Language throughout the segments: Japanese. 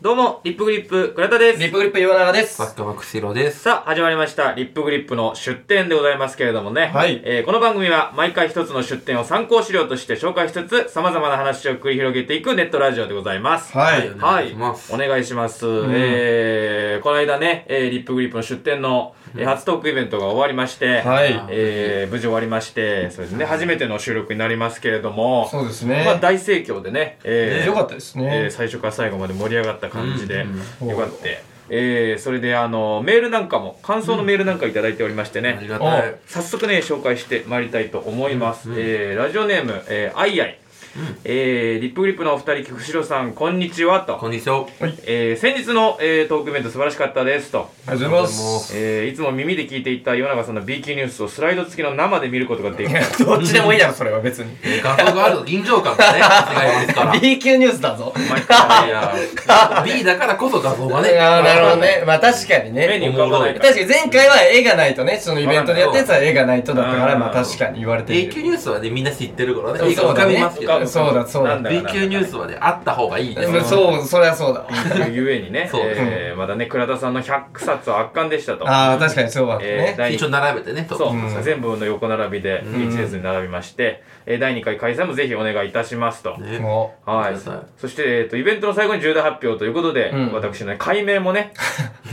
どうも、リップグリップ、倉田です。リップグリップ岩永です。バックマックシロです。さあ、始まりました。リップグリップの出展でございますけれどもね。はいえーこの番組は毎回一つの出展を参考資料として紹介しつつ、様々な話を繰り広げていくネットラジオでございます。はい。おは願いいします。お願いします。えー、この間ね、えーリップグリップの出展の、えー初トークイベントが終わりまして、はい。えー無事終わりまして、そうですね、初めての収録になりますけれども、そうですまあね。大盛況でね、えーよかったですえねー。最初から最後まで盛り上がった感じで、うんよかった、えーそれであのメールなんかも感想のメールなんか頂いただいておりましてあね、りがたい。早速ね紹介してまいりたいと思います、えーラジオネーム、えー、アイアイ、えーリップグリップのお二人菊城さんこんにちは、ことんにちは。えー先日の、えートークイベント素晴らしかったですとありがとうございます。えーいつも耳で聞いていた岩永さんの B 級ニュースをスライド付きの生で見ることができいるやどっちでもいいだろ、それは別に。画像があ る臨場感がね、違いますから。い B 級ニュースだぞ。 や、B だからこそ画像があね。なるほど。ね。まあ確かに目ね。に浮かばない確かに前回は絵がないとね、そのイベントでやったやつは絵がないとだったかうら、んまあ確かに言われて A み級る。ニュースはね、みんな知ってるからね。そう映そう画だ浮かねびますけ浮かどぶ。そうだそうだなん B 級ニュースはね、あった方がいいで。ですもそう、そりゃそうだ。 ゆえにね、そうえーまたね倉田さんの100冊は圧巻でしたとああ、確かにそうだったえーね。第一応並べてね、と。そう、うん全部の横並びでうん1列に並びまして、えー第2回開催もぜひお願いいたしますと、ね。もはありいがとうございまそして、えー、とイベントの最後に重大発表ということで、うん私の、ね、解明も ね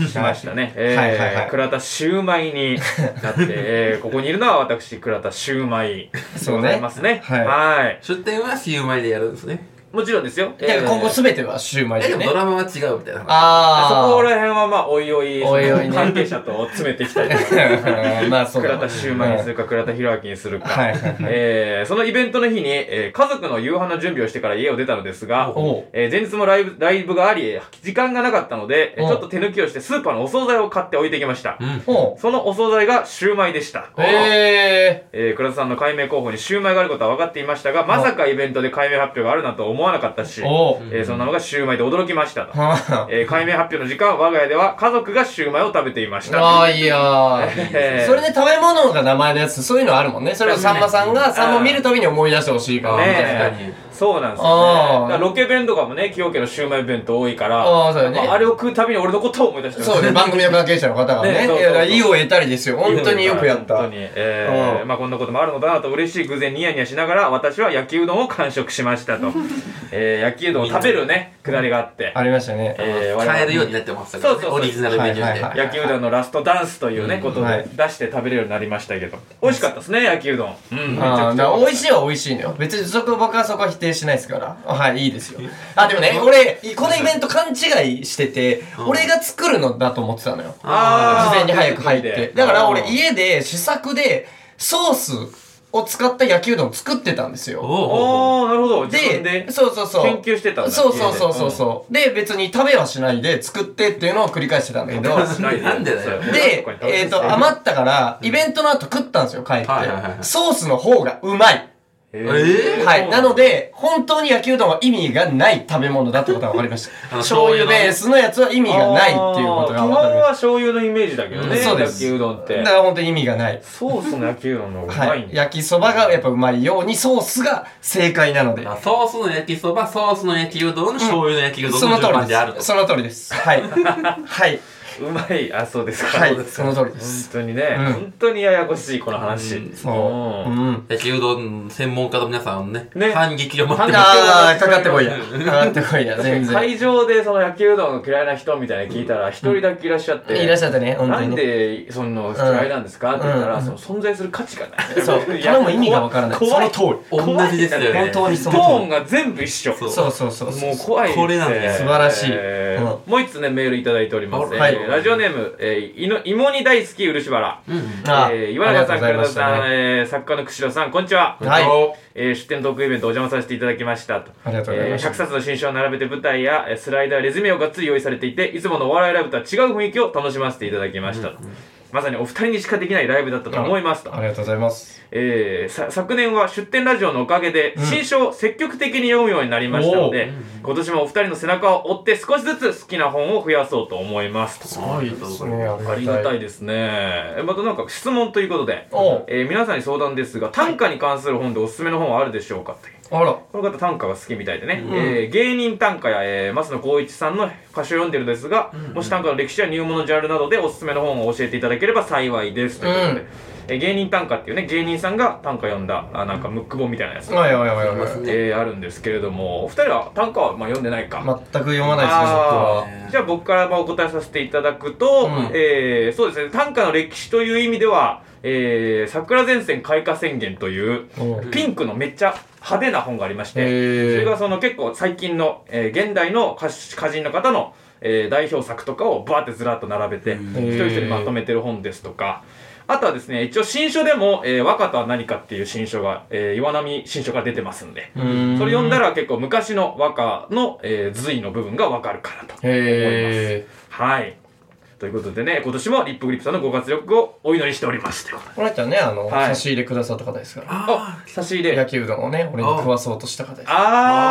しましたね、えーはいはいはい倉田シューマイになって、 えーここにいるのは私倉田シューマイでそうごねざいますねはいはい出店はシウマイでやるんですね。もちろんですよ、う。だから今後そすべてはシューマイえ、ででもねド。ラマは違うみたいな話。ああ。こら辺はまあおいおいおいおいね関係者と詰めていきたいと思いますうん まあそうだ倉わ。田シューマイにするか倉田弘明にするか、はいはいはいえーそのイベントの日に、えー家族の夕飯の準備をしてから家を出たのですがおう、えー前日もライブライブがありえー時間がなかったので、えーおうちょっと手抜きをしてスーパーのお惣菜を買って置いてきました、うん。ほそのお惣菜がシューマイでした、う。ええー倉田さんの解明候補にシューマイがあることは分かっていましたがまさかイベントで解明発表があるなんと思わなかったしー。、おう。えーそんなのがシューマイで驚きましたと、はえー解明発表の時間我が家では家族がシューマイを食べていましたあ。あーいいやー。えーそれで食べ物が名前のやつ、そういうのあるもんね。それをさんまさんが、さんま見るたびに思い出してほしいから。ねえみたいな確かに。そうなんですあよ、ーね、だからロケ弁とかもね崎陽家のシウマイ弁当多いからあーそうだねまああれを食うたびに俺のことを思い出してそうね、番組の関係者の方がねね。いそうそうそうやだからいいを得たりですよ。本当によくやっ本た当。に、えーうんまあ、こんなこともあるのだなと嬉しい偶然ニヤニヤしながら私は焼きうどんを完食しました と、えー、焼きうどんを食べるねくだりがあって、ありましたね。えー我々買えるようになってましたけどそうね、そうそうオリジナルメニューはいはいはいで。焼きうどんのラストダンスというね、うんことはでい出して食べれるようになりましたけど、美味しかったですね焼きうどん、うん、めちゃあくーちだかゃら美味しいは美味しいのよ。別にそこ僕はそこは否定しないですから。あはい、いいですよ。あ、でもね、俺、このイベント勘違いしてて、うん俺が作るのだと思ってたのよ。あー事前に早く入って。だからう俺ん家で試作でソースを使った焼きうどん作ってたんですよ。おお。おおなるほど自分でで、そうそうそう。研究してたんだそうそうそうそうそう。で、別に食べはしないで作ってっていうのを繰り返してたんだけ ど。なんでだよで、えっ、と、っ余ったから、イベントの後食ったんですよ、帰ってはいはいはい。ソースの方がうまい。ええーはい。なので、本当に焼きうどんは意味がない食べ物だってことが分かりましあた。の醤油ベースのやつは意味がないっていうこ基とが分かり本まはし醤油のイメージだけどね、うんそうで焼すきうどんってた。だから本当に意味がない。ソースの焼きうどんの方がうはまいいん。だ、焼きそばがやっぱうまいように、ソースが正解なので。あソースの焼きそば、ソースの焼きうどん、醤油の焼きうどんそのの通順り番であるでとす。。その通りです。はい。はい。うまいあそうですか、は本い。その通りです。当にね、うん本当にややこしいこの話、うんそう。んうん。焼きうどん専門家の皆さんね、ね反撃を待ってます。ああ、かかってこいや。かかってこいや、全然。会場でその焼きうどんの嫌いな人みたいなの聞いたら一人だけいらっしゃって、いらっしゃったね、本当なにんね。でその嫌いなんですかって言ったら、うんその存在する価値がないそう。頼む意味が分からない。そ怖いの通り。同じですよね。本当にトそのー通ンが全部一緒そうり。そうそうそうそう。もう怖いですねこれなんだよ素晴らしいえーもう一つねメールいただいております、はいえーラジオネーム、えー、いの芋煮大好き漆原うん。あえー、岩永さん、あり倉がとうございま田したねさん、えー作家の釧路さん、こんにちは。はいえー出店トークイベントお邪魔させていただきましたと。ありがとうございましたえー100冊の新書を並べて舞台やえースライダー、レズミをがっつり用意されていて、いつものお笑いライブとは違う雰囲気を楽しませていただきましたと。まさにお二人にしかできないライブだったと思いますと。ありがとうございます。えーさ昨年は出展ラジオのおかげで、新書を積極的に読むようになりましたので、今年もお二人の背中を追って少しずつ好きな本を増やそうと思いますと。ありがとうございます。ありがたいですね。えまたなんか質問ということで、おうえー皆さんに相談ですが、短歌に関する本でおすすめの本はあるでしょうかというあら。この方短歌が好きみたいでね、うんえー芸人短歌や、えー、松野光一さんの歌詞を読んでるんですが、うんもし短歌の歴史や入門のジャンルなどでおすすめの本を教えていただければ幸いですということで、うんえー芸人短歌っていうね芸人さんが短歌読んだあなんかムック本みたいなやつ、おいおいおいいおいま。すねえーあるんですけれどもお二人は短歌は、まあ、読んでないか、全く読まないですね、僕は。あーじゃあ僕からまあお答えさせていただくと、うんえーそうですね短歌の歴史という意味では、えー桜前線開花宣言といううんピンクのめっちゃ派手な本がありまして、へーそれがその結構最近の、えー現代の歌手歌人の方の、えー代表作とかをバーってずらっと並べて、うん一人一人まとめてる本ですとか、あとはですね、一応新書でも、えー和歌とは何かっていう新書が、えー岩波新書から出てますんで、うんそれ読んだら結構昔の和歌の、えー随の部分がわかるかなと。へーはい。ということでね、今年もリップグリップさんのご活躍をお祈りしております。ということでこの人はね、あの、はい差し入れくださった方ですから。ああ、差し入焼れ。きうどんをね、俺に食わそうとした方です。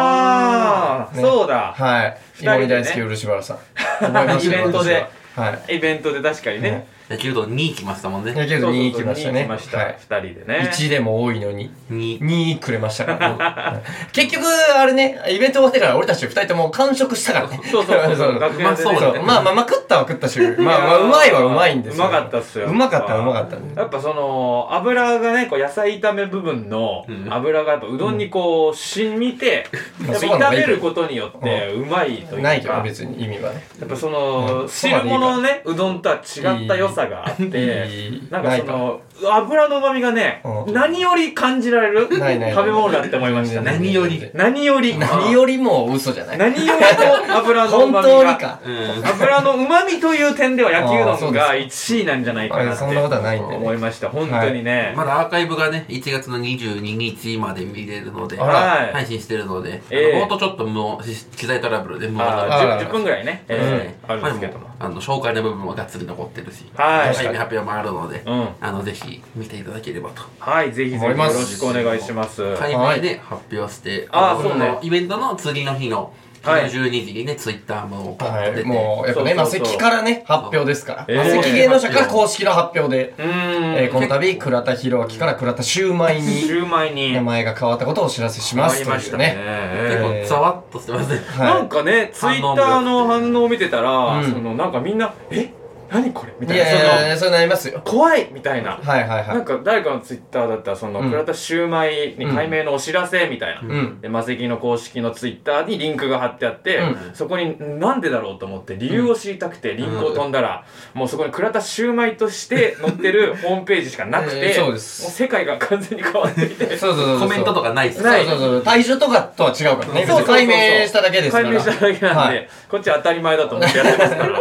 あー、ねそうだ。はい。人でね芋煮大好き漆原さん。覚えました イよベントで。私ははい。イベントで確かにねね。野球道2来ましたもんね。焼きうどんに行きましたね。そうそうそうはい。二人でね。 1でも多いのに。 2。 2くれまし たから、はい結局あれねイベント終わってから俺たち2人とも完食したからねそうそう そうそう。楽屋でねうまそうだねまあまあまあ食ったは食ったしまあまあいやーうまいはうまいんですようまかったっすようまかったはうまかったねやっぱその油がねこう野菜炒め部分のうん油がやっぱうどんにこう染みて、うんやっぱ炒めることによってうまいというかないけど別に意味はねやっぱその、うん汁物のねうどんとは違った良さがあっていいなんかその油の旨味がね、うん何より感じられるないない食べ物だって思いましたなねいない何よりない何より何よりも嘘じゃない何よりも油の本旨当味にがかうん。油の旨味という点では焼きあーうそどんうでがすか1位なんじゃないかなっあてそんなことはないんでね思いました本当にね、まだアーカイブがね、1月の22日まで見れるので、あら配信してるので、ええあの冒頭ちょっともう、し機材トラブルで、もう、ああーら 10, 10分ぐらいね、えええーあるんですけどもま、あでもあの、紹介の部分もがっつり残ってるし、はい配信発表もあるので、うんあの、ぜひ見ていただければと。はいぜひぜひ思よいまろすしくお願いします海外で発表して、あーのそうねイベントの次の日の、はい12時にね、ツイッターもポはッと出いて、もうやっぱねそう魔そう石そうからね発表ですからえ魔ー石芸能者から公式の発表でうーん、えーこの度倉田博明から倉田シュウマイにシューマイに名前が変わったことをお知らせしますというね。ええ結構ざわっとしてますね。はなんい。かね、ツイッターの反応を見てたら、うんそのなんかみんな、え何これみいやたいいな、そのやいや、そうなりますよ。怖いみたいな。はいはいはないん。か誰かのツイッターだったら、その、うん倉田シューマイに解明のお知らせみたいな。うん。で、マセキの公式のツイッターにリンクが貼ってあって、うんそこになんでだろうと思って理由を知りたくてリンクを飛んだら、もうそこに倉田シューマイとして載ってる ホームページしかなくて、えーそうですもう世界が完全に変わっていて、そうそうそうそう。コメントとかないっすそうそうそう。退場とかとは違うからね。別に解明しただけですから。解明しただけなんで、はいこっちは当たり前だと思ってやってます から、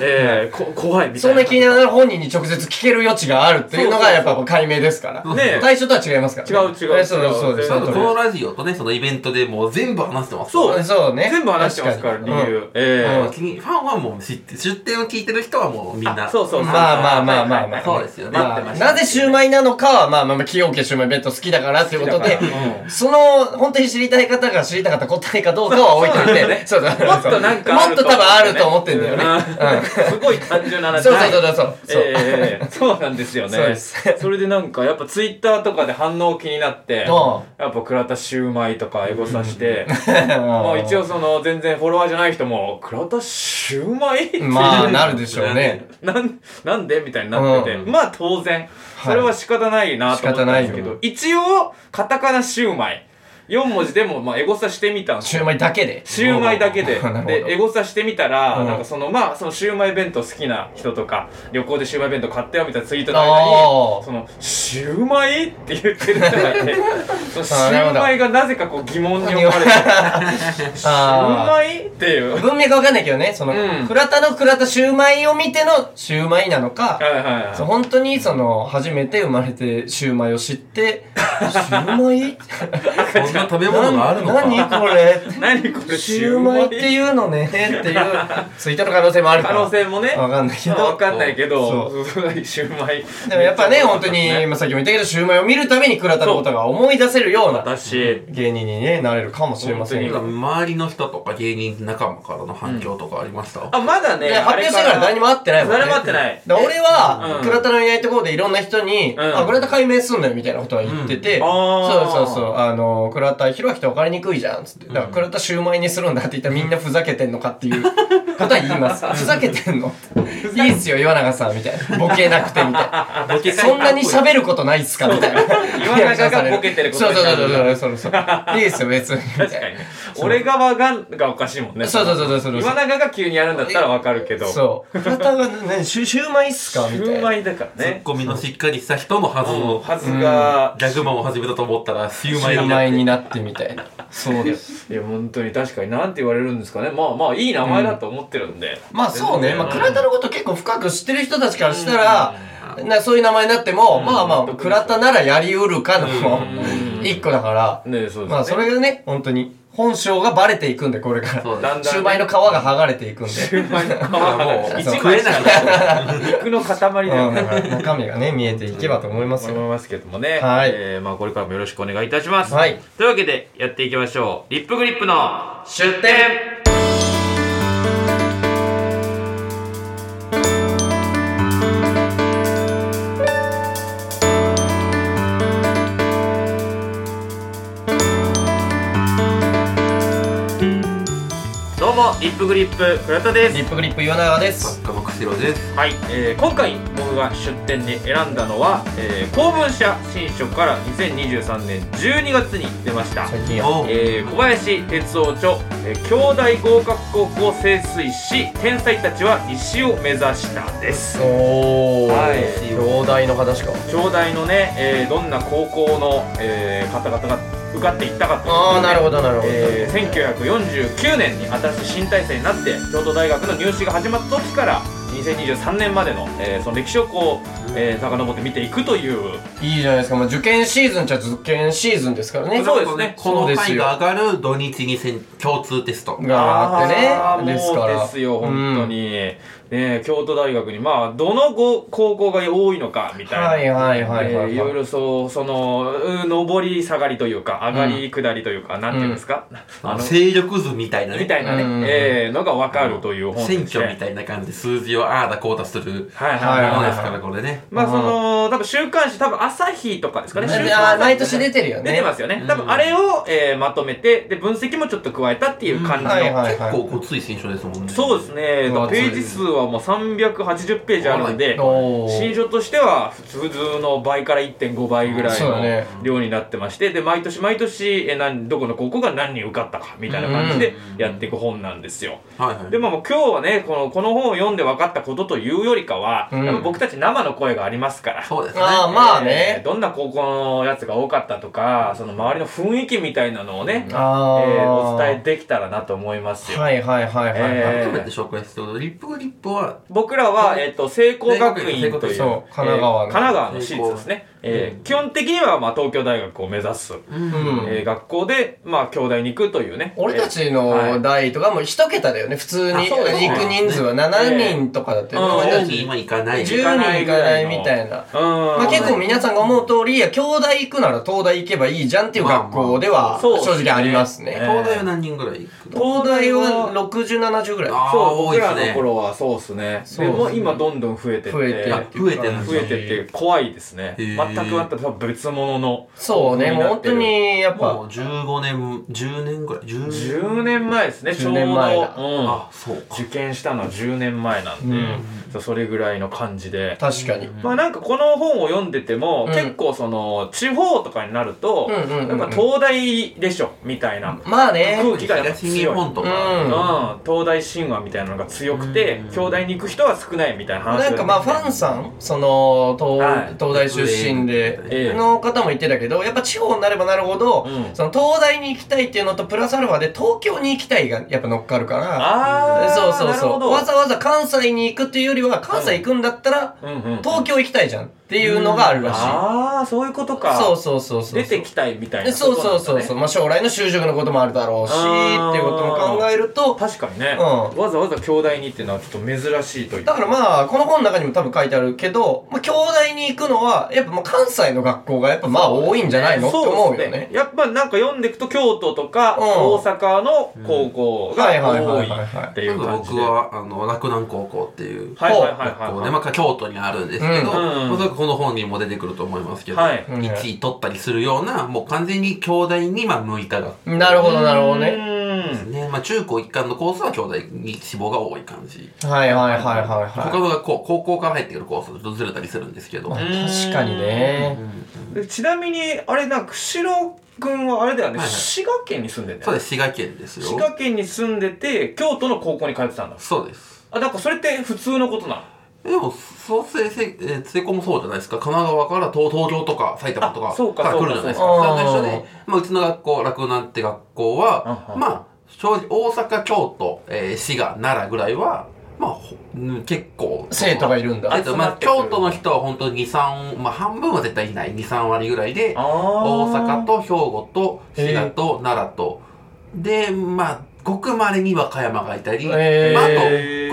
えー、こ怖いみたいそな。んな気になる本人に直接聞ける余地があるっていうのがやっぱそう解明ですから。ねえ 対象とは違いますから違ね。う違うえそうですそうです。違うそなんの通かこりのラジオとね、そのイベントでもう全部話してます。そうですそうね。全部話してますから、理確に由。。えあのー気にファンはもう知って、出店を聞いてる人はもうみんな。あそうそううんまあまあまあまあはいはいはまいあ。そうですよねまあ待ってましたなぜシュウマイなのかは、まあまあまあ、崎陽家シュウマイ弁当好きだからっていうことで 好きだからう、その、本当に知りたい方が知りたかった答えかどうかは置いと いて、そうそうもっとなんかあもるっと多分あると思ってんだよね。うんすごい単純なうん話。そうそうそうそう。そうえーそうなんですよね。そうですそれでなんか、やっぱツイッターとかで反応気になって、うやっぱ倉田シューマイとかエゴさして、ままあ一応その全然フォロワーじゃない人も、倉田シューマイっていうまあ、なるでしょうね。 なんなんでみたいになってて、うまあ当然それは仕方ないなと思ったんですけど、はい一応カタカナシューマイ4文字でもまあエゴサしてみたんですシよュウマイだけで。シューマイだけで なるほどでエゴサしてみたら、うんなんかそのまあそのシューマイ弁当好きな人とか旅行でシューマイ弁当買ったよみたいなツイートの間にあーそのシューマイって言ってる人 がいてそのシなるュほーどマイがなぜかこう疑問に思 われてシューマイっていうはい文明がわかんないけどね、そのうん、倉田の倉田シュウマイを見てのシュウマイなのか、はいはいそう本当にその初めて生まれてシューマイを知って「シューマイそんな食べ物があるのか。何これ何これシューマイっていうのね」っていうツイートの可能性もあるか可ら能性もねわかんないけまあわどかんないけどそシューマイでもやっぱね本当めっちゃにまあさっきも言ったけどシューマイを見るために倉田のことが思い出せるような私芸人にねなれるかもしれませんなんがか周りの人とか芸人仲間からの反響とかありました、あまだねね発表してから何もあ会ってないもんね誰も会ってないで俺はうん倉田のいないところでいろんな人に「うんあ倉田解明すんだよ」みたいなことは言ってて、あーそうそうそう、あの、倉田博明って分かりにくいじゃん、つって。だから倉田シューマイにするんだって言ったらみんなふざけてんのかって いうことは言います。ふざけてんのいいっすよ、岩永さん、みたいな。ボケなくて、みたい な。ボケそんなに喋ることないっすか、みたいな。岩永がボケてることそうにそうなるそうそうそうそうそう。いいっすよ、別に。みた確かいにね 俺側ががおかしいもんねな。そうそうそうそうそうそう。岩永が急にやるんだったらわかるけどそう。倉田が、ね、シュシューマイっすかみシュたいウなマ。イだからツッねコミのしっかりした人のはずうんの、はずがギャグマンを始めたと思ったら、シュシーマイューになマっイて。になってみたいな。そうです。いや本当に確かになんて言われるんですかねまあまあいい名前だと思ってるんで、まあそうね。うんまあ、倉田のこと結構深く知ってる人たちからしたら、なそういう名前になっても、まあまあ、倉田ならやりうるかの、うん一個だから、ねそうですね、まあそれがね、本当に、本性がバレていくんで、これから。そうだんだんねシューマイの皮が剥がれていくんで。シュウマ イの皮がもう、一食枚えしかなないいな。肉の塊だようんねだから中身がね、見えていけばと思います思いよ。ますけどもね、はいえーまあ、これからもよろしくお願いいたします、はいというわけでやっていきましょうリップグリップの出点どうもリップグリップ倉田ですリップグリップ岩永です。作家の釧路です。はい、えー今回僕が出店に選んだのは、えー公文社新書から2023年12月に出ました、最近や。おえー小林哲夫著、えー兄弟合格高校盛水し天才たちは石を目指した」ですおー、はい兄弟の話か。兄弟のね、えーどんな高校の、えー方々が受かっていったかというああ、なるほど、なるほど。えー1949年に新しい新体制になって京都大学の入試が始まった時から2023年までの、えーその歴史をこう、えー、遡って見ていくといういいじゃないですか。まあ、受験シーズンっちゃ受験シーズンですからね。そうですねこのそうです回よが上がる土日にせん共通テスト。がああっーてね。ですから。もうですよ本当うんに、ねえ京都大学にまあどのご高校が多いのかみたいな、はいはいはいはいえーいろいろそうそのう上り下がりというか上がり下りというか、なんていうんですか、ああのの勢力図みたいなね。みたいなね、うんえーのが分かるという本選ですね挙みたいな感じで数字をああだこうだするはいはいはい、もはいのですから、これね。まあその多分週刊誌多分朝日とかですかねあ週刊誌ー毎年出てるよね。出てますよね多分あれを、えーまとめてで分析もちょっと加えたっていう感じの、はいはいはい結構ごつい選書ですもんね。そうですね分厚ペいージ数はもう380ページあるんでおー新書としては普通の倍から1.5倍ぐらいそうだねの量になってましてで毎年毎年えー何どこの高校が何人受かったかみたいな感じでやっていく本なんですよ。はいはい。でまあもう今日はねこのこの本を読んで分かったことというよりかは、うんやっぱ僕たち生の声がありますから。そうですね。ああ、まあえーね。どんな高校のやつが多かったとかその周りの雰囲気みたいなのをね、えああ、ーお伝えできたらなと思いますよ。はいはいはいはいはい。え改めて紹介しておくと、リップグリップは、僕らは、えっ、と、聖光学院聖光と学いう、院えそうー神奈川の神奈川の私立ですね。えー基本的には、まあ、東京大学を目指す、うんえー学校で、まあ、兄弟に行くというね。俺たえちはのい代とかもう一桁だよね、普通あに。そうですね行く人数は7人とかだったよね。俺親たにち今行かない。 10人いかないみたいな。ーうん、まあ、結構皆さんが思う通り、いや、兄弟行くなら東大行けばいいじゃんっていう学校では、まあまあ正直ありますね。そうですね東大は何人ぐらい行くの東大は60、70ぐらい。あーそう、多僕いですらねの頃はそうですね。そうでですねもう今、どんどん増えてって。増えて増増えてるえてって、怖いですね。へ全ーくまた多分別物の。そうね、もう本当に、やっもぱ、う15年、10年ぐらい。10 10年前ですね、ちょうど。 10年前だうんあ、そうか。受験したのは10年前なんで、そうそれぐらいの感じで。確かに。まあなんかこの本を読んでても、うん結構その地方とかになると、うんうんうんうんなんか東大でしょみたいな、まあね、空気がやっぱ東日強い。うん本とうんか。東大神話みたいなのが強くて、うん兄弟に行く人は少ないみたいな話なんかまあファンさん、その、はい東東大出身えで、えの方も言ってたけど、やっぱ地方になればなるほどう、んその東大に行きたいっていうのと、プラスアルファで東京に行きたいがやっぱ乗っかるから、ああそうそなうそるほう。どわざわざ関西に行くっていうよりは、関西行くんだったら、うんうん東京行きたいじゃんっていうのがあるらしい。ああそういうことかそうそうそうそう。出てきたいみたいなでそうそうそうことそなんだねう、まあ、将来の就職のこともあるだろうしっあーていうことも考えると確かにね、うんわざわざ兄弟にっていうのはちょっと珍しいというだからまあこの本の中にも多分書いてあるけど、まあ、兄弟に行くのはやっぱまあ関西の学校がやっぱまあ多いんじゃないのって思うそよっすね。やっぱなんか読んでいくと京都とかうん大阪の高校がはいはいは多いいはいはいっていなんうか感じ僕で。は、あの、洛南高校っていう。はいはいはい学校はで、いまあ、京都にあるんですけど、うんまあそこの本にも出てくると思いますけど、はいうん1位取ったりするような、もう完全に兄弟にまあ向いたが、なるほど、なるほどね。ね。ね、まあ中高一貫のコースは兄弟に志望が多い感じ。はいはいはいはい他はのがこう高校から入ってくるコースとちょっとずれたりするんですけい。ど。確かにね。でちなみに、あれ、なんか、釧路君はあれだよね、はいはい滋賀県に住んでんだそうよね。です、滋賀県ですよ。滋賀県に住んでて、京都の高校に通ってたんだ。そうです。あ、なんかそれって普通のことなのでも、創生せ、えー、成功もそうじゃないですか。神奈川から東東京とか埼玉とかあそうかからそう来かるじゃないですか。そうかそれと一緒で、まあ、うちの学校、洛南って学校はうん、うんまあ、正直、大阪、京都、えー滋賀、奈良ぐらいは、まあ、ほうん結構。生徒がいるんだ。えっ集まと、っまあ、てくる京都の人は本当に2、3、まあ、半分は絶対いない。2、3割ぐらいで、あ大あ阪と兵庫と滋へ賀ーと奈良と、でまあごくまれに和歌山がいたり、へーまあ、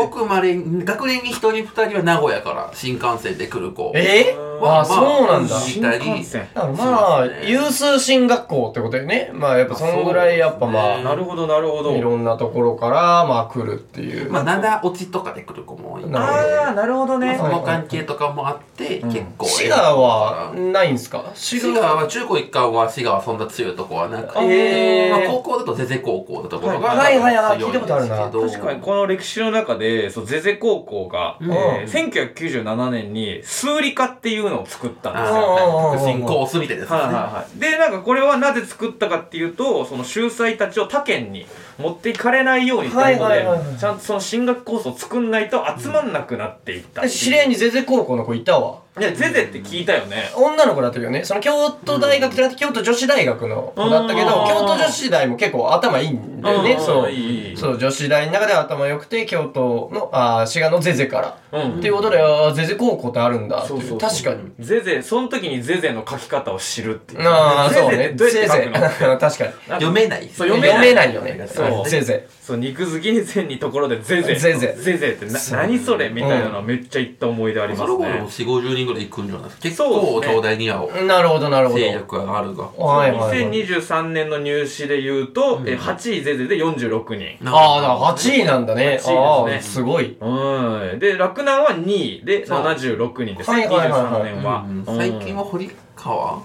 あとごくまれに学年に一人二人は名古屋から新幹線で来る子えまあ、まそうなんだ。い新たり幹線。だからまあそう、ですね有数進学校ってことよね。まあ、やっぱそのぐらいやっぱそうまでなるほど、なるほあ、いど。ろんなところからまあ来るっていう。まあ、灘落ちとかで来る子も多いなるほどああ、なるほどね。その関係とかもあって、ん結構滋賀はないんすか滋滋賀は中高一貫は滋賀はそんな強いとこはなくて、えーまあ、高校だと是々高校のところがはいはいはいはい強んですけ聞いたことあるど確かにこの歴史の中で、そう、ゼゼ高校が、うんえー1997年に、数理科っていうのを作ったんですよ。あー特進コースみたいですね、はいはいはい。で、なんかこれはなぜ作ったかっていうと、その秀才たちを他県に持っていかれないようにということはいではいはいはい、ちゃんとその進学コースを作んないと集まんなくなっていったっていう。知り合いにゼゼ高校の子いたわ。いや、ゼゼって聞いたよね。女の子だったよね。その京都大学じゃなくて京都女子大学の子だったけどうん、京都女子大も結構頭いいんだようね。んそう。いいいいそう、女子大の中では頭良くて、京都の、あー滋賀のゼゼから。うんっていうことで、あーゼゼ高校ってあるんだってい。そうそうう確かに。ゼゼ、その時にゼゼの書き方を知るっていう。ああ、ゼゼそうってね。どうやゼってゼ。書くの 確かに。読めないそう読読めめないないよね。そうゼゼ。そう、肉好きに善にところでゼゼ。ゼゼゼゼってな、そう何それみたいなのめっちゃ言った思い出ありまそすの頃もね。 4、50人ぐらい行くんじゃないですか。結そう構、ですね兄弟にはなるほど、なるほど。勢力があるが。はいはいはい。 2023年の入試で言うと、え8位ゼゼで46人。ああ、だなから8位なんだね。 8位ああ、ですねすごい。うん。で、洛南は2位でそう76人です。はいはいはいはい23年は。うんうん最近は堀川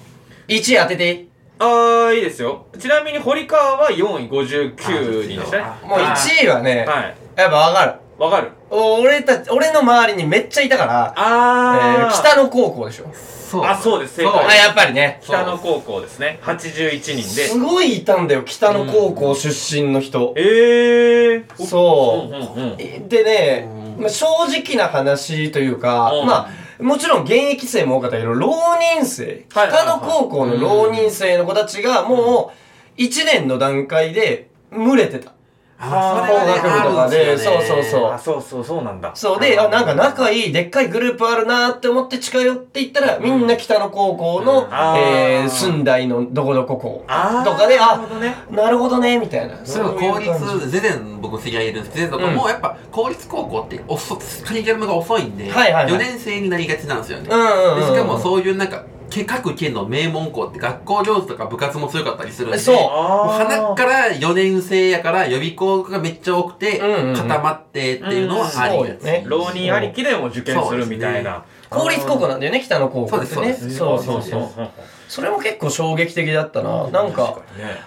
1位当てていいあー、いいですよ。ちなみに堀川は4位59人でしたね。あもう1位はね、はい。やっぱわかる。わかるお俺たち、俺の周りにめっちゃいたから、えあー、ー。北野高校でしょ。そうあそうです正解そうあ、やっぱりね。。北野高校ですね。81人ですごいいたんだよ、北野高校出身の人。ええー。そううんうんうん。でねう、んまあ正直な話というか、うんまあ、もちろん現役生も多かったけど、浪人生、はい北野高校の浪人生の子たちが、もう、1年の段階で、群れてた。そあそれれははねね、あるんですよねあるんですよねそうあ、そうそう、そうなんだ。そうで、あ、なんか仲いい、でっかいグループあるなーって思って近寄っていったら、みんな北野高校の、あーえー、寸大のどこどこ校あーとかで、なるあほ、どね。なるほどね、みたいな。それは公立、ゼゼン、僕、知り合いいるんですけど、ゼゼンとかもやっぱ、公立高校って、遅カリキュラムが遅いんで、はいはいはい4年生になりがちなんですよね。うんうんうんでしかも、そういうなんか、け各県の名門校って学校行事とか部活も強かったりするんで、そうあーもう鼻から4年生やから予備校がめっちゃ多くてうんうんうん固まってっていうのはありがうんちそうよね浪人ありきでも受験するみたいな。公立高校なんだよね、北野高校ってね。そうですそうそそううそそうう。それも結構衝撃的だったな。なんか、にね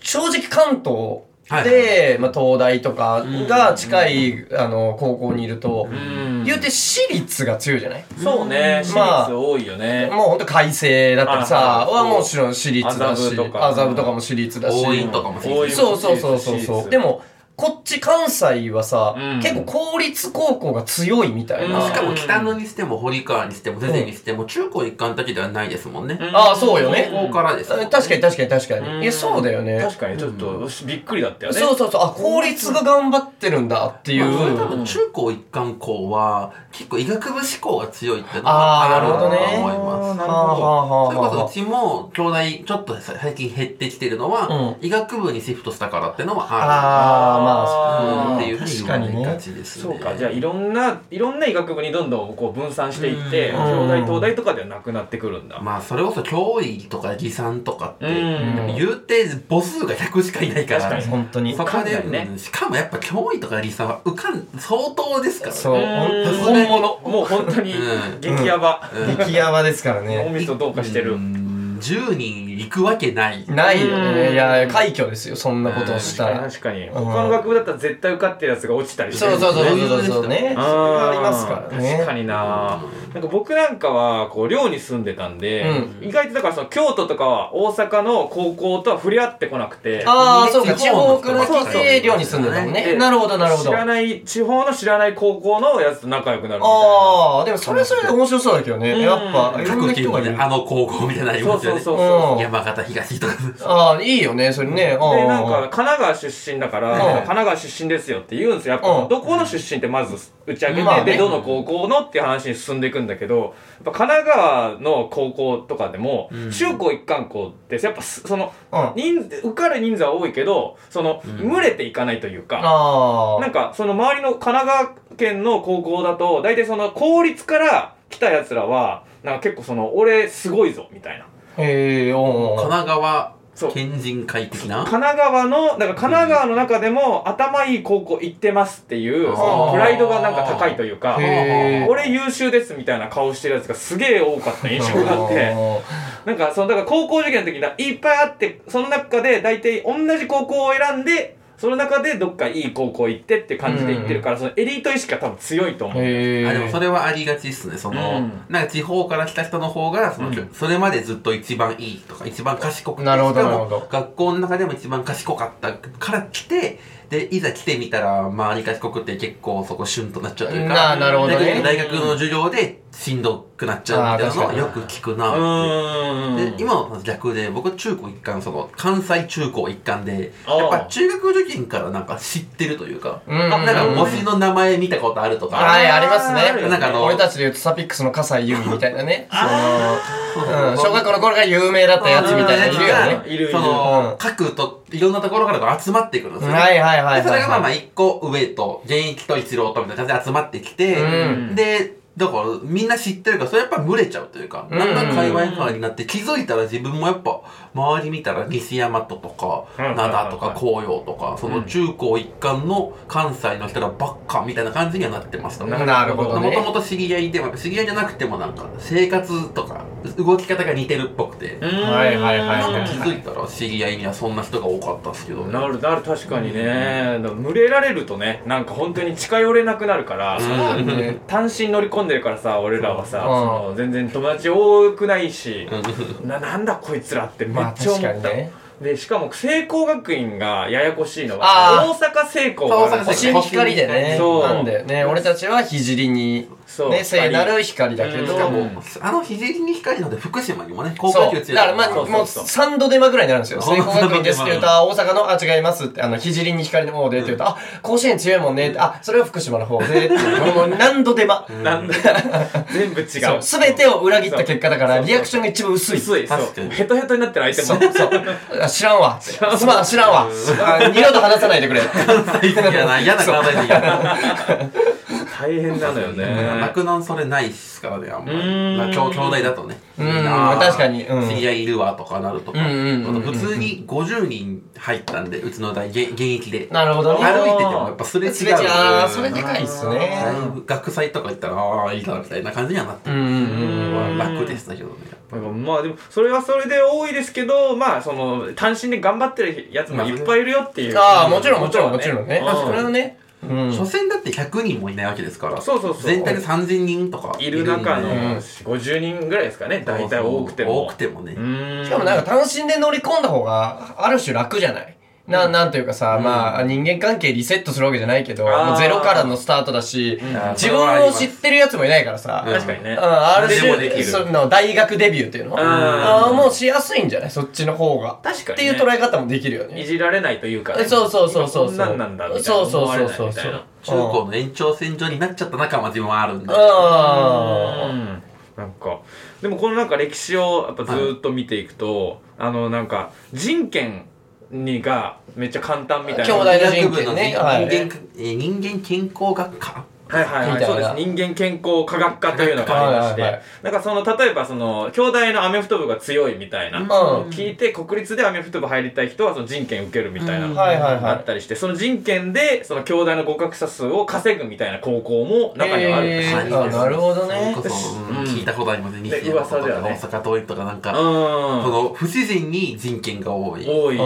正直関東はいで、まあ、東大とかが近い、あの、高校にいると、うん言うて私立が強いじゃないそうね、私まあ立多いよね。もうほんと改正だったりさ、あはそうもちろん私立だ麻し布と、か麻布とかも私立だし。応援とかも応援そうそうそうそう私そう。立でも、こっち関西はさ、うん結構公立高校が強いみたいな。うんしかも北野にしても堀川にしてもゼゼにしても中高一貫だけではないですもんねう。んああ、そうよね。高校からですもんね。確かに確かに確かうに。んいや、そうだよね。確かにちょっとしびっくりだったよね。そうそうそう。あ、公立が頑張ってるんだっていまあそれう。多分中高一貫校は結構医学部志向が強いっていうのがあーなるほどねあと思います。なはるあはほあはあそれこはそあうちも兄弟ちょっと最近減ってきてるのは、医学部にシフトしたからってのもある。あーまあっていうふうに確言かわにねれがちですそねうかじゃあいろんないろんな医学部にどんどんこう分散していってうん京大東大とかではなくなってくるんだ、まあそれこそ教医とか技産とかって、うん言うて母数が100しかいないから確か本当にそこでわかんないねうんしかもやっぱ教医とか技産は受かん相当ですからねそううん本物もう本当にうん激ヤバ、うん出来ヤバですからね脳みそどうかしてる、うん10人行くわけないないようねんいや快挙ですよそんなことを確したかにら確かにん他の学部だったら絶対受かってるやつが落ちたりしてるそうそうそうそうそうそういうことですよねそれあはーありますからね確かにななんか僕なんかはこう寮に住んでたんで、う意外とだからその京都とかは大阪の高校とは触れ合ってこなくてああねそうか地地方方かからら来て寮に住んでたもんねでなるほどなるほ知どらない地方の知らない高校のやつと仲良くなるみたいなああでもそれはそれで面白そうだけどねうんやっぱいろん各な県人がのいねるあの高校みたいなのありそまうすそようねそううそん山形東とかああいいよねそれねうでうんなんか神奈川出身だからうん神奈川出身ですよって言うんですよやっぱうんどこの出身ってまず打ち上げまあてねでどの高校のっていう話に進んでいくんだけどやっぱ神奈川の高校とかでもうん中高一貫校ってやっぱすそのうんあ人受かる人数は多いけどそのうん群れていかないというかあなんかその周りの神奈川県の高校だと大体その公立から来たやつらはなんか結構その俺すごいぞみたいなへえお神うおう奈川そう県人会的神な奈川のだから神奈川の中でも頭いい高校行ってますっていうあーそのプライドがなんか高いというかへー俺優秀ですみたいな顔してるやつがすげえ多かった印象があってなんかそのだから高校受験の時にいっぱいあってその中で大体同じ高校を選んでその中でどっかいい高校行ってって感じで行ってるから、そのエリート意識が多分強いと思う。へえあでもそれはありがちっすねその、うんなんか地方から来た人の方がその、うんそれまでずっと一番いいとか一番賢くてなるほどしかなるもほど学校の中でも一番賢かったから来てでいざ来てみたら周り賢くて結構そこシュンとなっちゃうというかななるほどね大学の授業でしんどくなっちゃうみたいなのあはーよ確くかに聞くうなってーんで今の逆で僕中高一貫その関西中高一貫であーやっぱ中学受験からなんか知ってるというか、うんうんなんか模試の名前見たことあるとか、はいありますあるよねねなんかあの俺たちで言うとサピックスの笠井由美みたいなねその、うん、小学校のの頃が有名だったやつみたいなのいるよねいるよねそうんの、各と、いろんなところからこう集まってくるんですよね。はいはいはいはいはいでそれがまあまあ一個上と、現役と一郎とみたいな感じで集まってきて、うんで、だからみんな知ってるから、それやっぱ群れちゃうというか、うんなんか界隈感になって気づいたら自分もやっぱ、周り見たら西大和とか、うん灘とか紅葉とか、その中高一貫の関西の人らばっかみたいな感じにはなってましたね。なるほどもとねもと知り合いでもやっぱ知り合いじゃなくてもなんか生活とか動き方が似てるっぽくて、うーんはいはいはいなんか気づいたら知り合いにはそんな人が多かったっすけど、なるなる確かにね、だから群れられるとねなんか本当に近寄れなくなるから、うんね単身乗り込んでるからさ俺らはさ、うんその全然友達多くないし、うんななんだこいつらってめまあっちゃ思確った、かにねでしかも聖光学院がややこしいのあは大阪聖光そうが大阪星に光でねそうなんだよね俺たちは聖にそうね聖なる光だけうんどしかうもんあの肘に光るので福島にもね高校そ球う強だいからまあそうもう3度手間ぐらいになるんですよそう聖光学院ですって言うとあ大阪のあ違いますってあの聖に光の方でって言うとあ甲子園強いもんねってあそれは福島の方でっていうもう何度手間なんだ全部違うそう全てを裏切った結果だからそうリアクションが一番薄い薄いそ確かうにヘトヘトになってる相手そもうそうあ知らんわすまん知らんわあ二度と話さないでくれ関西好きやな嫌な関西好きやな大変なのよね酪農それないっすからねあんまうんりまあ兄兄弟だとねうんみな確かにうん知り合いいるわとかなるとかうんうんうんうん普通に50人入ったんでうちの代現現役でなるほどね歩いててもやっぱすれ違うすれ違うあーそれでかいっすねだいぶ学祭とか行ったらああいいなみたいな感じにはなってうんるうんうんうんまあ楽でしたけどねまあでもそれはそれで多いですけどまあその単身で頑張ってるやつもいっぱいいるよっていうああ、もちろんもちろんもちろんね。うんそれはね。うん。所詮だって100人もいないわけですからそうそうそう全体で3000人とかいる中のいるんで50人ぐらいですかね大体多くて多もくてもねうーんしかもなんか単身で乗り込んだ方が、ある種楽じゃないな、なんというかさ、まあ、人間関係リセットするわけじゃないけど、あーもうゼロからのスタートだし、あー自分を知ってるやつもいないからさ、うん確かにねうん、あるでもできる種、その大学デビューっていうのうんあーもうしやすいんじゃないそっちの方が。確かにねっていう捉え方もできるよいね。じられないというかねそうそうそうそうそう。こんなんなんだみたいなそうそう思わそうそうれないみたいな中高の延長線上になっちゃった仲間自分はあるんでうん。うんなんかでもこのなんか歴史をやっぱずーっと見ていくと、あのなんか人権にがめっちゃ簡単みたいな兄弟の人権ね人はい間えー人間健康学科はいはいはい、みたいなそうです人間健康科学科というのがありまして、はいはいはなんかその例えばその兄弟のアメフト部が強いみたいな、うん聞いて国立でアメフト部入りたい人はその人権受けるみたいなのうんがはいはいあはったりして、その人権でその兄弟の合格者数を稼ぐみたいな高校もい。中にはあるらしいでえす、ーあなるほどね。それこそ、うんうん聞いたことありますねで西山とか噂ではね大阪桐蔭とかなんか、そうんの不自然に人権が多い多い、う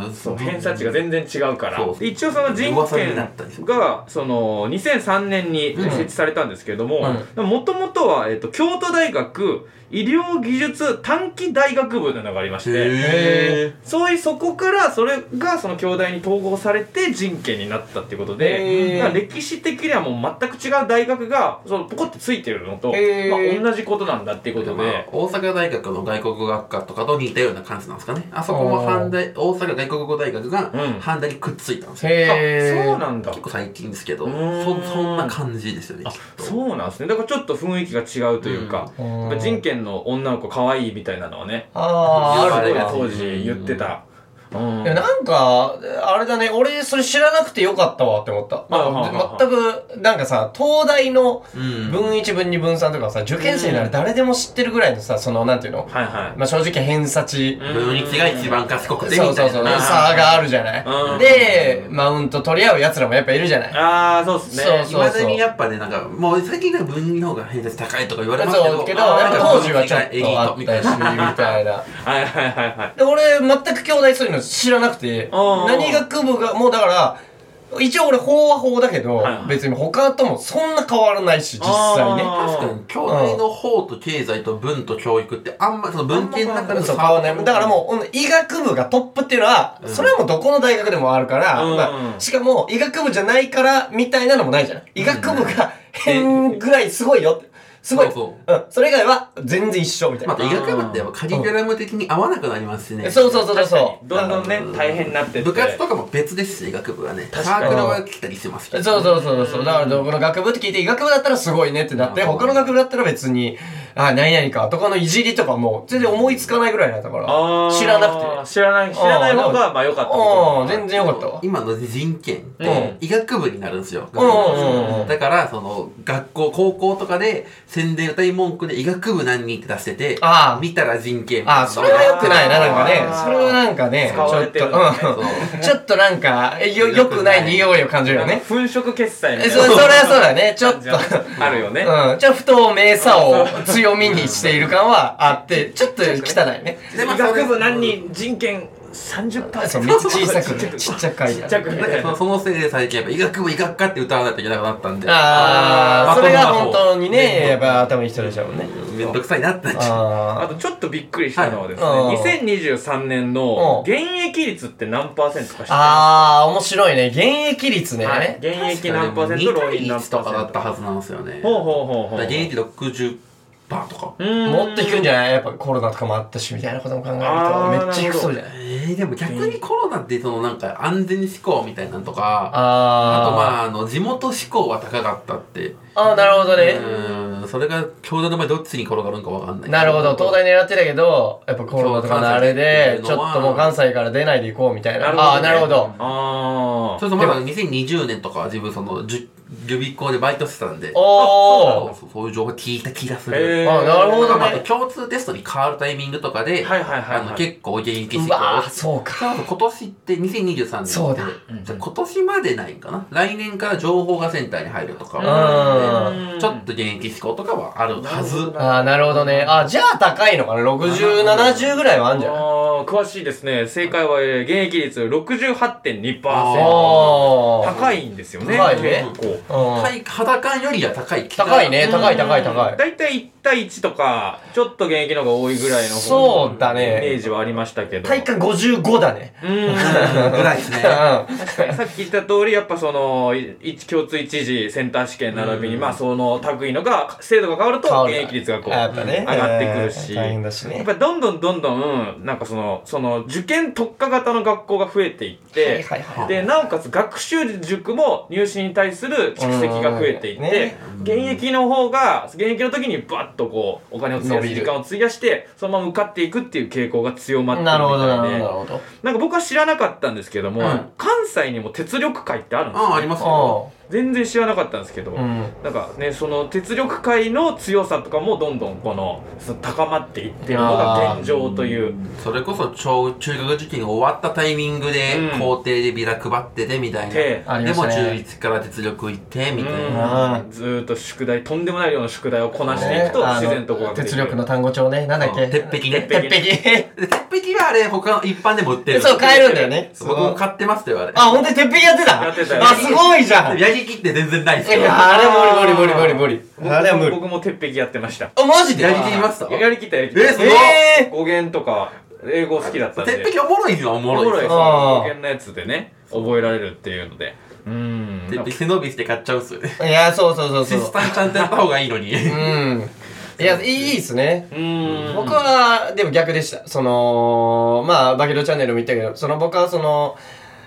んうんそう偏差値が全然違うからそうで一応その人噂権になったりするがその2003年にうん設置されたんですけれどもうんもともとは、えっと、京都大学医療技術短期大学部というのがありましてへそういうそこからそれがその京大に統合されて人権になったっていうことでへーだから歴史的にはもう全く違う大学がそのポコってついてるのと、へまーあ、同じことなんだっていうことまあで。大阪大学の外国語学科とかと似たような感じなんですかねあそこも阪大大阪外国語大学がうん阪大にくっついたんですーよ、あへーそうなんだ結構最近ですけどうそーんそんな感じですよねあきっとそうなんですねだからちょっと雰囲気が違うというか、うんやっぱ人権の女の子可愛いみたいなのはねあーあ我々るねが当時言ってた、うんいやなんか、あれだね、俺、それ知らなくてよかったわって思った。はいはいはい全く、なんかさ、東大のうん分1分2分3とかさ、受験生なら誰でも知ってるぐらいのさ、その、なんていうのはいはいまあ正直偏差値、分率が一番賢くてみたそいなうそうそう、な差があるじゃない。うんで、マウント取り合う奴らもやっぱいるじゃない。ああそうっすねそういまだにやっぱね、なんか、もう最近では分離の方が偏差値高いとか言われますけそど、うけど、あーやっぱ当時はちょっエリとーあトっみたたいし、みな。たいな。はいはいはいはいで俺、全く兄弟そういうの知らなくて、うんうん何学部が、もうだから、一応俺法は法だけど、はいはい別に他ともそんな変わらないし、実際ね。あ確かに、兄弟の方と経済と文と教育って、あんま、その文系の中でそう変わらない。だからもうほんと、医学部がトップっていうのは、うんそれはもうどこの大学でもあるから、うんまあ、しかも、医学部じゃないから、みたいなのもないじゃない。医学部が変ぐらいすごいよって。すごい。そううん。それ以外は全然一緒みたいまな。た医学部ってやっぱカリキュラム的に合わなくなりますしね。そうそうそうそどんどんねうん大変になってって部活とかも別ですし、医学部はね。かサにークルは来たりしてますけう。ど。そうそうそうそう。だから、どこの学部って聞いて、医学部だったらすごいねってなって、うん他の学部だったら別に、あ、何々か、とかのいじりとかも、全然思いつかないぐらいだったからあ、ー知らなくて。知らない知らない方がまあ良かったうこん、と全然よかったわ。今の人権っうて医学部になるんですよ。うんうんだから、その、学校、高校とかで宣伝歌い文句で医学部何人って出してて、ああ見たら人権みたいなああ、それは良くないな、なんかねあ。ーそれはなんかね、ち使わょれってと、るのねそううん。ちょっとなんか、えよ、良くない匂いを感じるよなんね。か粉飾決済みたえ、いそ、なそれはそうだね。ちょっと、あるよね、うん。ちょっと不透明さを強みにしている感はあって、ちょっと汚いね。で医学部何人人権30%そう、めっちゃ小さく、ちっちゃく書 いちてっあちゃる。くなんかそのそのせいで最近やっぱ医学部医学科って歌わないといけなくなったんで。あまあ、とそもれなが方本当にね、やっぱ頭いい人でしょうね。めんどくさいなってなっちゃう。ああとちょっとびっくりしたのはですね、はいうん2023年の現役率って何パーセントか知ってますかああー、面白いね。現役率はい、ね現。役何パーセント、浪人何2パとかだーセっンたト。はずなんですよね。ほうほうほうほだう。から現役60%とか。うーんもっと低いんじゃないやっぱコロナとかもあったし、みたいなことも考えると、あめーっちゃ低そうじゃないえー、でも逆にコロナってそのなんか安全志向みたいなのとか、あとまあああの地元志向は高かったって。あ、ああ、なるほどうね。ーん、それが兄弟の前どっちに転がるんかわかんない。なるほど、東大狙ってたけど、やっぱコロナとかのあれで、ちょっともう関西から出ないでいこうみたいなな。るほどねああ、なるほど。あちーょっとまだ2020年とかは自分そのじゅ予備校でバイトしてたんで、おそうそういう情報聞いた気がする。えー。あなるほどただまあね。共通テストに変わるタイミングとかで、はいはいはいはいあの結構現役志う向わあ、そうか。今年って2023年ってそうだじゃあ今年までないんかな来年から情報がセンターに入るとかうはんちょっと現役志向とかはあるはずああ、なるほどね。ああ、じゃあ高いのかな。60、70ぐらいはあるんじゃないあー詳しいですね。正解は、えー現役率68.2%。あああ。高いんですよね。高いね結構。うん。体肌感よりは高い気が高いね。高い高いうん高い。大体1対1とか、ちょっと現役の方が多いぐらいの方のそうだねイメージはありましたけど。体感55だね。うーん。ぐらいですねうん。確かにさっき言った通りやっぱそのい一共通一次センター試験並びに、うんまあその類のが制度が変わると現役率がこうやっぱね上がってくるし、えー大変だしやっね。ぱりどんどんどんどんなんかそのその受験特化型の学校が増えていって、はいはいはい。でなおかつ学習塾も入試に対する蓄積が増えていって、ね現役の方が現役の時にバとこうお金を費や伸すびる時間を費やしてそのまま受かっていくっていう傾向が強まってるみなるほど、なるほたど、いなるでほど。なんか僕は知らなかったんですけども、うん関西にも鉄力会ってあるんですよ、ああ、ありますよ。あ全然知らなかったんですけど、あ、うん。なんかねその鉄力界の強さとかもどんどんこのその高まっていってるのが現状というそれこそ中中学受験が終わったタイミングで、うん校庭でビラ配っててみたいな。手ありでましもた中ね。 1から実力いってみたいな。なうんずーっと宿題とんでもない量の宿題をこなしていくとねあの自然とこが鉄力の単語帳ね。なんだっけ鉄壁ね。鉄鉄壁壁。で鉄壁はあれ、他の一般でも売ってる。そう、買えるんだよね。僕も買ってましたよ、あれ。あ、ほんとに鉄壁やってたやってたよあ、すごいじゃん。いやりきって全然ないですよ。や、あれ無理無理無理無理無理。あれは無理。僕も鉄壁やってましたあ、マジでやりきりましたやりきったやりきったえすごいえー語源とか英語好きだったんで鉄壁おもろいんですよ、おおももろろいいでですすよ。よあー語源のやつでね覚えられるっていうのでうん鉄壁背伸びして買っちゃうんすよね。いや、そうそうそうシそうス。タンちゃんとやった方がいいのに。うん。いや、いいですね。うん僕は、でも逆でした。その、まあ、バケドチャンネルも言ったけど、その僕はその、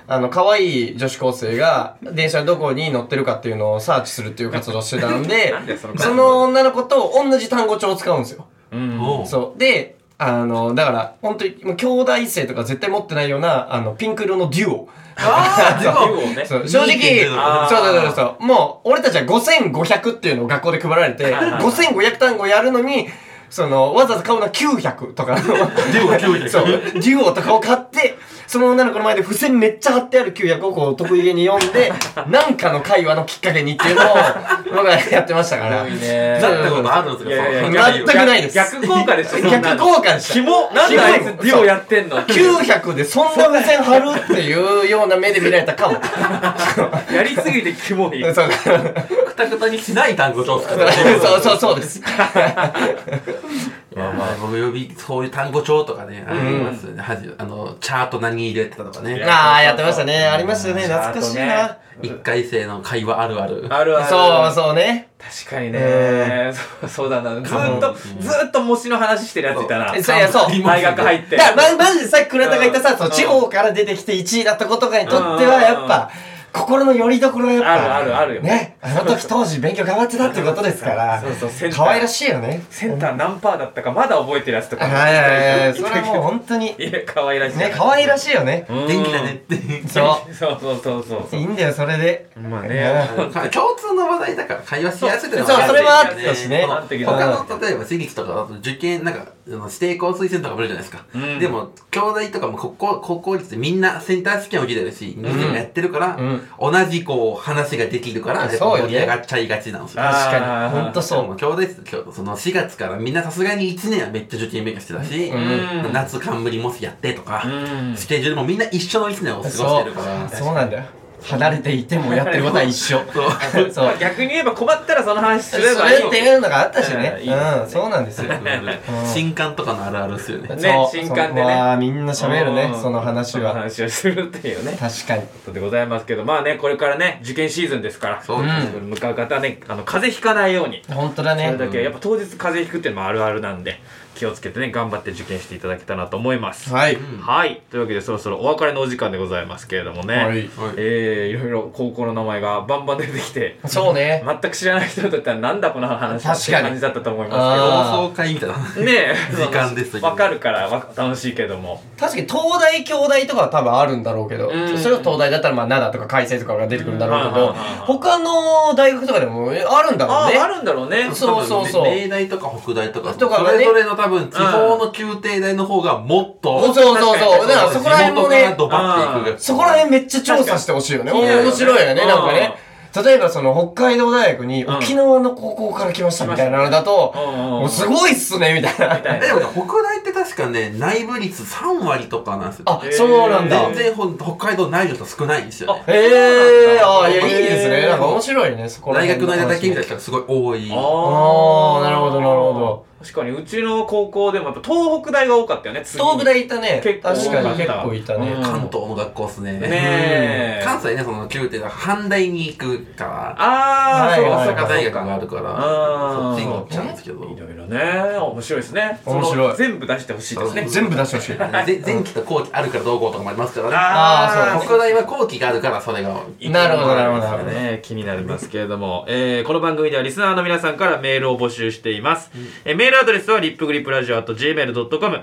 あの、可愛い女子高生が、電車どこに乗ってるかっていうのをサーチするっていう活動してたんで なん、でそのその女の子と同じ単語帳を使うんですよ。うんおうそう。で、あの、だから、本当に、もう兄弟生とか絶対持ってないような、あの、ピンク色のデュオ。ああ、で竜も、をねそう正直、 2.0あーそうそうそうそう。もう、俺たちは5500っていうのを学校で配られて、5500単語やるのに、その、わざわざ買うのは900とかの、でも900。そう、デュオとかを買って、その女の子の前で付箋めっちゃ貼ってある900をこう、得意げに読 んで、なんかの会話のきっかけにっていうのを、僕はやってまし たから。すごいねなったことあるんでいすよ。やいやいそのや全くないです逆効果 ですよそんな逆の効果でした。肝なんであいつデュオやってんの900でそんな無線張るっていうような目で見られ たかも。やりすぎてキモいそうくたくたにしない単語帳使ってそうそうそうです。まあまあ、僕呼び、そういう単語帳とかね、ありますよね。はじあの、チャート何入れてたとかね。ああ、やってましたね。ありましたね。うん懐かしいあな。一回生の会話あるある。あるあるそうそうね。確かにねそうそうだなずーっとずーっと模試の話してるやついたなえそういやそうリモー大ト学入ってだから、ま、まじでさっき倉田が言ったうさ、んその地方から出てきて1位だったことがにとってうは、んやっぱ、心の拠り所はやっぱ、あるあるあるよね。あの時当時勉強頑張ってたってことですからそうそうセン、ター可愛らしいよね。センター何パーだったかまだ覚えてるやつとかはいはいはい。いそれはもう本当に、ね、や可愛らしい可愛らしいよね。うん元気だねって。そそうそうそうそうう。そいいんだよ、それで。うまあねね共通の話題だから会話しやすいっていのそうそれはあったしねあるんですよあ他の例えば私立とかだと受験なんかあの指定校推薦とかもあるじゃないですか、うんでも兄弟とかも高校高校率でみんなセンター試験を受けてるし、みんなやってるから、うん同じこう話ができるからやっぱそうよ盛ねり上がっちゃいがちなんですよあ確かあに。ー本当そうそ兄弟室今日その4月からみんなさすがに1年はめっちゃ受験勉強してたし、ん夏冠もしやってとか、うんスケジュールもみんな一緒の1年う。を過ごしそてうるから。そうなんだよ。離れていてもやってることは一緒。そうそうまあ。逆に言えば困ったらその話すそれればいいっていうのがあったしね。うんいいですねうん、そうなんですよ。新刊とかのあるあるですよねね。そう新刊でねそうわあみんな喋るねう、んその話そのは。話をするっていうね確かに。ことでございますけどまあねこれからね受験シーズンですからそうですね向かう方はねあの風邪ひかないように本当だそれね。だけやっぱ当日風邪ひくっていうのもあるあるなんで気をつけてね頑張って受験していただけたらと思いますはい。はいというわけでそろそろお別れのお時間でございますけれどもね、はいはいえー、いろいろ高校の名前がバンバン出てきてそうね。全く知らない人だったらなんだこの話確かにって感じだったと思いまあ放送会みたいな。すけどねえ時間ですよ分かるからわ楽しいけども確かに東大、京大とかは多分あるんだろうけど、うんそれは東大だったらまあ灘とか海星とかが出てくるんだろうけうどんはいはいはい、他の大学とかでもえあるんだろあうねあ。あるんだろうねそうそうそう多分ね明大とか北大とか、とかがそねれぞれの多分、地方の宮廷大の方がもっと、そうそうそう。だからそこら辺も地元からね、ドバっていくが。そこら辺めっちゃ調査してほしいよね。確かに面白いよね、うんなんかね。例えばその北海道大学に沖縄の高校から来ましたみたいなのだと、うんうんうんもうすごいっすね、みたいな。たいなでもね、北大って確かね、内部率3割とかなんですよ。あ、そうなんだ全。然ほん北海道内部と少ないんですよね。へえ、あいや、いいですね。なんか面白いね、そこら大辺学の間だけみたいいな人がすごい多い。あー、なるほど、なるほど。確かにうちの高校でもやっぱ東北大が多かったよね次に東北大いたね。結構確多かかっにた結構いたね。うん関東の学校っすね。ねえ関西ね、その9点が阪大に行くから、ああはいそうはかいそ大うか阪そうか大学があるから、あーそっちに行っちゃうんですけど。いろいろね面白いですね面白そいの全部出してほしいですねそう全部出してほしい。 ぜ前期と後期あるからどうこうとかもありますからね。ああーあそそうう北大は後期があるから、それが。なるほど、なるほど、なるほど。ね、気になりますけれども、えーこの番組ではリスナーの皆さんからメールを募集しています、えーメールアドレスはリップグリップラジオ at gmail.com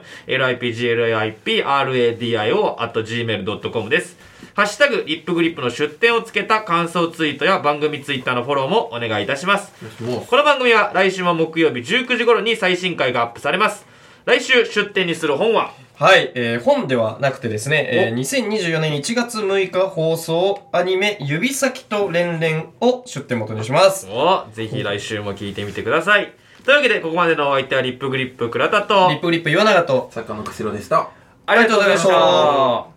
lipglipradio at gmail.com ですハッシュタグリップグリップの出店をつけた感想ツイートや番組ツイッターのフォローもお願いいたしますもう、この番組は来週も木曜日19時頃に最新回がアップされます来週出店にする本ははい、えー本ではなくてですね、えー2024年1月6日放送アニメ指先と連連を出展元にします。おぜひ来週も聞いてみてくださいというわけでここまでのお相手はリップグリップ倉田とリップリップ岩永と作家の釧路でした。ありがとうございましありがとうございまた。